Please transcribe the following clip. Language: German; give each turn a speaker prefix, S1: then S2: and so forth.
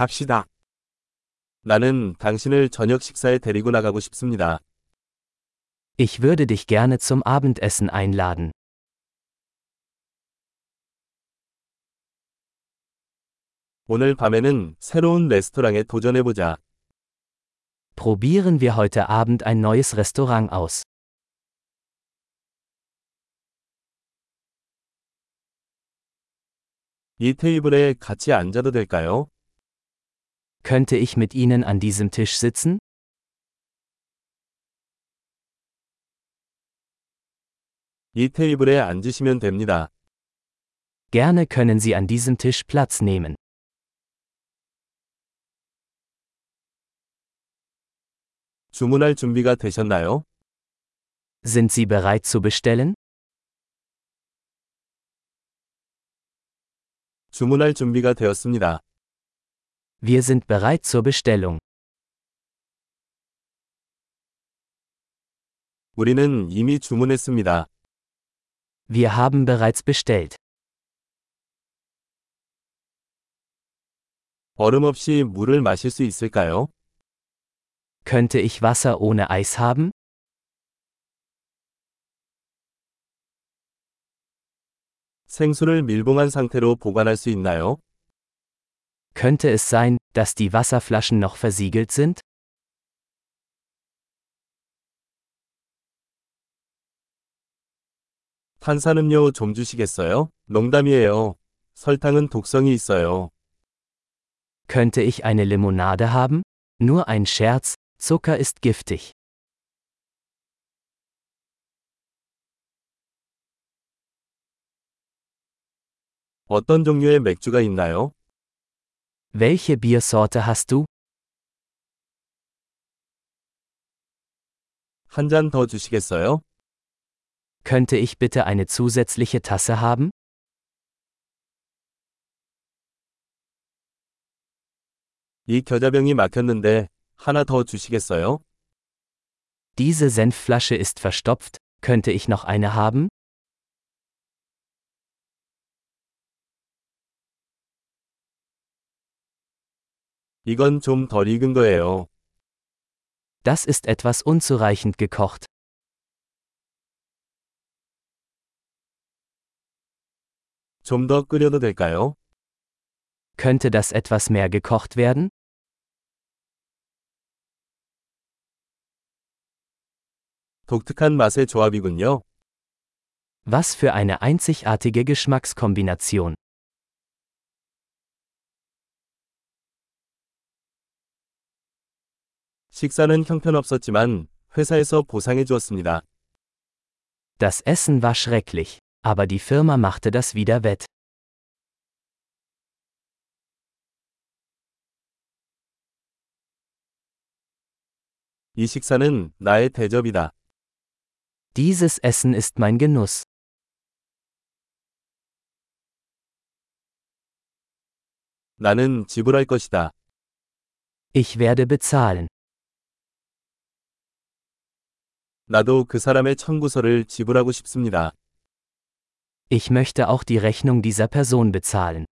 S1: 갑시다. 나는 당신을 저녁 식사에 데리고 나가고 싶습니다.
S2: Ich würde dich gerne zum Abendessen einladen.
S1: 오늘 밤에는 새로운 레스토랑에 도전해보자.
S2: Probieren wir heute Abend ein neues Restaurant aus.
S1: 이 테이블에 같이 앉아도 될까요?
S2: Könnte ich mit Ihnen an diesem Tisch sitzen?
S1: 이 테이블에 앉으시면 됩니다.
S2: Gerne können Sie an diesem Tisch Platz nehmen.
S1: 주문할 준비가 되셨나요?
S2: Sind Sie bereit zu bestellen?
S1: 주문할 준비가 되었습니다.
S2: Wir sind bereit zur Bestellung.
S1: 우리는 이미 주문했습니다.
S2: Wir haben bereits bestellt.
S1: 얼음 없이 물을 마실 수 있을까요?
S2: Könnte ich Wasser ohne Eis haben?
S1: 생수를 밀봉한 상태로 보관할 수 있나요?
S2: Könnte es sein, dass die Wasserflaschen noch versiegelt sind?
S1: 탄산음료 좀 주시겠어요? 농담이에요. 설탕은 독성이 있어요.
S2: Könnte ich eine Limonade haben? Nur ein Scherz, Zucker ist giftig.
S1: 어떤 종류의 맥주가 있나요?
S2: Welche Biersorte hast du?
S1: 한 잔 더 주시겠어요?
S2: Könnte ich bitte eine zusätzliche Tasse haben?
S1: 이 겨자병이 막혔는데 하나 더 주시겠어요?
S2: Diese Senfflasche ist verstopft, könnte ich noch eine haben?
S1: 이건 좀 덜 익은 거예요.
S2: Das ist etwas unzureichend gekocht.
S1: 좀 더 끓여도 될까요?
S2: Könnte das etwas mehr gekocht werden?
S1: 독특한 맛의 조합이군요.
S2: Was für eine einzigartige Geschmackskombination.
S1: 식사는 형편없었지만 회사에서 보상해 주었습니다.
S2: Das Essen war schrecklich, aber die Firma machte das wieder wett.
S1: 이 식사는 나의 대접이다.
S2: Dieses Essen ist mein Genuss.
S1: 나는 지불할 것이다.
S2: Ich werde bezahlen.
S1: 나도 그 사람의 청구서를 지불하고 싶습니다.
S2: Ich möchte auch die Rechnung dieser Person bezahlen.